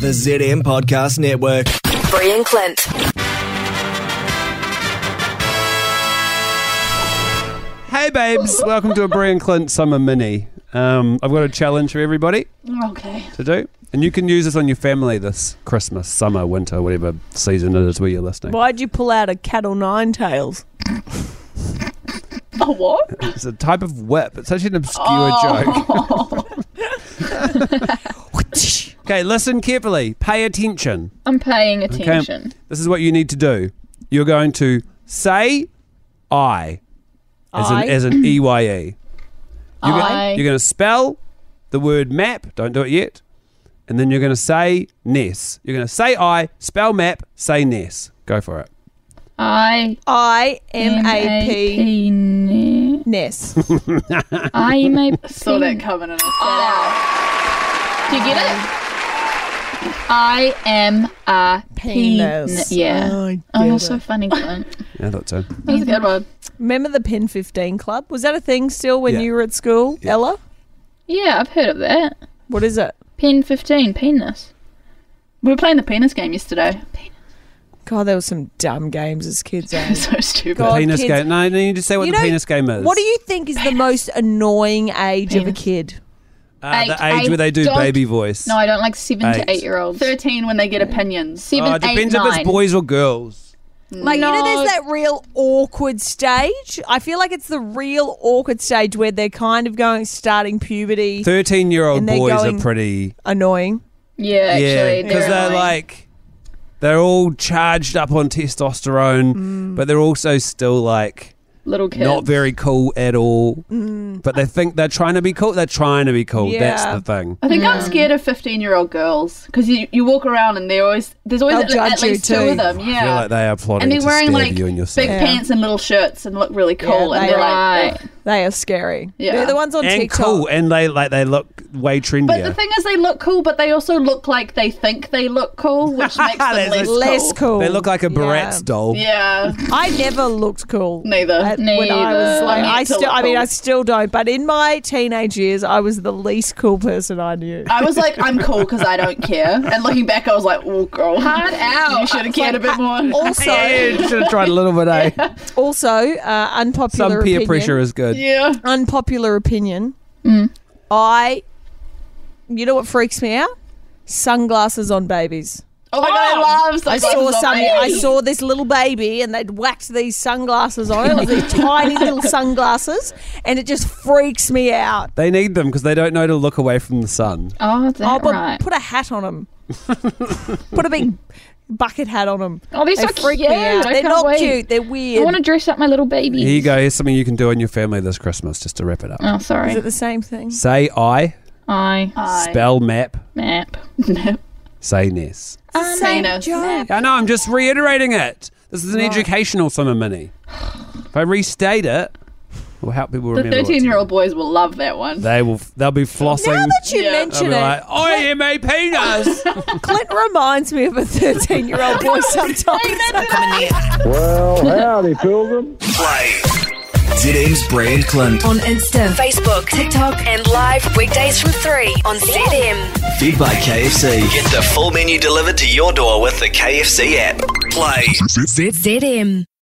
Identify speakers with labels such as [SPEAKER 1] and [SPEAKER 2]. [SPEAKER 1] The ZM Podcast Network.
[SPEAKER 2] Bree and Clint.
[SPEAKER 3] Hey, babes. Welcome to a Brie and Clint Summer Mini. Um, I've got a challenge for everybody
[SPEAKER 4] Okay.
[SPEAKER 3] to do. And you can use this on your family this Christmas, summer, winter, whatever season it is where you're listening.
[SPEAKER 5] Why'd you pull out a cat o' nine tails?
[SPEAKER 4] A what?
[SPEAKER 3] It's a type of whip. It's such an obscure joke. okay, listen carefully. Pay attention.
[SPEAKER 4] I'm paying
[SPEAKER 3] Okay.
[SPEAKER 4] attention.
[SPEAKER 3] This is what you need to do. You're going to say I as
[SPEAKER 5] I?
[SPEAKER 3] an as E an EYE. You're gonna-
[SPEAKER 4] I.
[SPEAKER 3] you're going to spell the word map, don't do it yet. And then you're going to say Ness. You're going to say I, spell map, say Ness. Go for it.
[SPEAKER 4] I
[SPEAKER 5] I M A P E
[SPEAKER 4] M-A-P ne-
[SPEAKER 5] Ness.
[SPEAKER 4] I M A P.
[SPEAKER 6] Saw that coming and I said,
[SPEAKER 4] Do you get it? I M A P.
[SPEAKER 5] Penis.
[SPEAKER 4] ne- Yeah.
[SPEAKER 5] I
[SPEAKER 4] oh,
[SPEAKER 5] get
[SPEAKER 4] you're
[SPEAKER 5] it.
[SPEAKER 4] so funny, Clint.
[SPEAKER 3] Yeah, I thought so.
[SPEAKER 4] That was a good one.
[SPEAKER 5] Remember the Pen 15 Club? Was that a thing still when
[SPEAKER 3] Yeah.
[SPEAKER 5] you were at school, Ella?
[SPEAKER 4] Yeah, I've heard of that.
[SPEAKER 5] What is it?
[SPEAKER 4] Pen 15, penis. We were playing the penis game yesterday. Penis.
[SPEAKER 5] God, there were some dumb games as kids. eh?
[SPEAKER 4] So stupid.
[SPEAKER 5] God. Oh,
[SPEAKER 3] penis
[SPEAKER 5] kids.
[SPEAKER 3] game. No, no, you just say what
[SPEAKER 5] You
[SPEAKER 3] the
[SPEAKER 5] know,
[SPEAKER 3] penis game is.
[SPEAKER 5] What do you think is the most annoying age of a
[SPEAKER 4] Penis.
[SPEAKER 5] kid?
[SPEAKER 3] Uh, the
[SPEAKER 4] I-
[SPEAKER 3] age where they do
[SPEAKER 4] I
[SPEAKER 3] baby
[SPEAKER 4] don't-
[SPEAKER 3] voice.
[SPEAKER 4] No, I don't like seven
[SPEAKER 3] Eight.
[SPEAKER 4] to eight year olds.
[SPEAKER 6] 13 when they get opinions.
[SPEAKER 4] Seven,
[SPEAKER 3] Uh, it
[SPEAKER 4] eight,
[SPEAKER 3] depends if
[SPEAKER 4] nine.
[SPEAKER 3] it's boys or girls.
[SPEAKER 5] Like, you know,
[SPEAKER 4] No.
[SPEAKER 5] there's that real awkward stage. I feel like it's the real awkward stage where they're kind of going, starting puberty,
[SPEAKER 3] 13 year old
[SPEAKER 5] And they're
[SPEAKER 3] boys
[SPEAKER 5] going-
[SPEAKER 3] are pretty.
[SPEAKER 5] annoying.
[SPEAKER 4] Yeah, actually.
[SPEAKER 3] yeah, because they're
[SPEAKER 4] annoying.
[SPEAKER 3] like. They're all charged up on testosterone,
[SPEAKER 5] Mm.
[SPEAKER 3] but they're also still like
[SPEAKER 4] little kids.
[SPEAKER 3] not very cool at all. But they think they're trying to be cool. They're trying to be cool. That's
[SPEAKER 5] Yeah.
[SPEAKER 3] the thing.
[SPEAKER 6] I think I'm scared of 15 year old girls because you, you walk around and they're always, there's always
[SPEAKER 5] They'll
[SPEAKER 6] at, at
[SPEAKER 5] judge you
[SPEAKER 6] least two
[SPEAKER 5] too.
[SPEAKER 6] of them.
[SPEAKER 3] I feel
[SPEAKER 6] Yeah.
[SPEAKER 3] like they are plotting
[SPEAKER 6] and they're
[SPEAKER 3] to
[SPEAKER 6] wearing
[SPEAKER 3] stab
[SPEAKER 6] like
[SPEAKER 3] you in your
[SPEAKER 6] big
[SPEAKER 3] sleep.
[SPEAKER 6] pants and little shirts and look really cool.
[SPEAKER 5] Yeah,
[SPEAKER 6] and
[SPEAKER 5] they
[SPEAKER 6] they're
[SPEAKER 4] are.
[SPEAKER 6] like, "Ugh."
[SPEAKER 5] They are scary.
[SPEAKER 6] Yeah.
[SPEAKER 5] They're the ones on
[SPEAKER 3] And
[SPEAKER 5] TikTok.
[SPEAKER 3] cool, and they like they look way trendier.
[SPEAKER 6] but the thing is, they look cool, but they also look like they think they look cool, which makes them
[SPEAKER 3] That's
[SPEAKER 6] less,
[SPEAKER 5] Less cool.
[SPEAKER 3] They look like a Bratz
[SPEAKER 5] Yeah.
[SPEAKER 3] doll.
[SPEAKER 6] Yeah.
[SPEAKER 5] I never looked cool.
[SPEAKER 6] Neither.
[SPEAKER 5] I- When I was
[SPEAKER 4] Neither.
[SPEAKER 5] like,
[SPEAKER 6] I
[SPEAKER 5] I
[SPEAKER 6] need to
[SPEAKER 5] still,
[SPEAKER 6] look
[SPEAKER 5] I mean,
[SPEAKER 6] cool.
[SPEAKER 5] I still don't. But in my teenage years, I was the least cool person I knew.
[SPEAKER 6] I was like, I'm cool because I don't care. And looking back, I was like, oh, girl.
[SPEAKER 4] Hard out.
[SPEAKER 6] You should have cared a bit more.
[SPEAKER 5] Also,
[SPEAKER 3] Yeah, should have tried a little bit. Eh?
[SPEAKER 5] also uh, unpopular
[SPEAKER 3] Some peer
[SPEAKER 5] opinion.
[SPEAKER 3] pressure is good.
[SPEAKER 6] Yeah.
[SPEAKER 5] Unpopular opinion.
[SPEAKER 6] Mm.
[SPEAKER 5] I, you know what freaks me out? Sunglasses on babies.
[SPEAKER 6] Oh my god, I love
[SPEAKER 5] I
[SPEAKER 6] sunglasses
[SPEAKER 5] saw
[SPEAKER 6] on
[SPEAKER 5] some.
[SPEAKER 6] babies.
[SPEAKER 5] I saw this little baby, and they'd whacked these sunglasses on it, like these tiny little sunglasses, and it just freaks me out.
[SPEAKER 3] They need them because they don't know to look away from the sun.
[SPEAKER 4] Oh, is
[SPEAKER 5] Oh,
[SPEAKER 4] that
[SPEAKER 5] but
[SPEAKER 4] right?
[SPEAKER 5] put a hat on them. put a big bucket hat on them.
[SPEAKER 4] Oh, they're so
[SPEAKER 5] freak
[SPEAKER 4] cute.
[SPEAKER 5] me out.
[SPEAKER 4] I
[SPEAKER 5] They're
[SPEAKER 4] can't
[SPEAKER 5] not
[SPEAKER 4] wait.
[SPEAKER 5] cute. They're
[SPEAKER 4] I
[SPEAKER 5] weird.
[SPEAKER 4] want to dress up my little baby.
[SPEAKER 3] Here you go. Here's something you can do in your family this Christmas just to wrap it up.
[SPEAKER 4] Oh,
[SPEAKER 5] Is
[SPEAKER 4] sorry.
[SPEAKER 5] it the same thing?
[SPEAKER 3] Say I,
[SPEAKER 4] I
[SPEAKER 3] spell map,
[SPEAKER 4] map.
[SPEAKER 3] say Ness.
[SPEAKER 6] Same
[SPEAKER 5] joke.
[SPEAKER 3] I know, I'm just reiterating it. This is an educational summer mini. If I restate it, it'll help people
[SPEAKER 6] The
[SPEAKER 3] remember. what's
[SPEAKER 6] 13 year old boys will love that one.
[SPEAKER 3] They will. They'll be flossing.
[SPEAKER 5] Now that you
[SPEAKER 6] Yeah.
[SPEAKER 3] they'll
[SPEAKER 5] mention
[SPEAKER 3] be
[SPEAKER 5] it,
[SPEAKER 3] like, I am a penis.
[SPEAKER 5] Clint reminds me of a 13 year old boy sometimes.
[SPEAKER 1] ZM's Brand Clint.
[SPEAKER 2] On Insta, Facebook, TikTok, and live weekdays from 3 on ZM.
[SPEAKER 1] Fed by KFC. Get the full menu delivered to your door with the KFC app. Play.
[SPEAKER 2] ZM.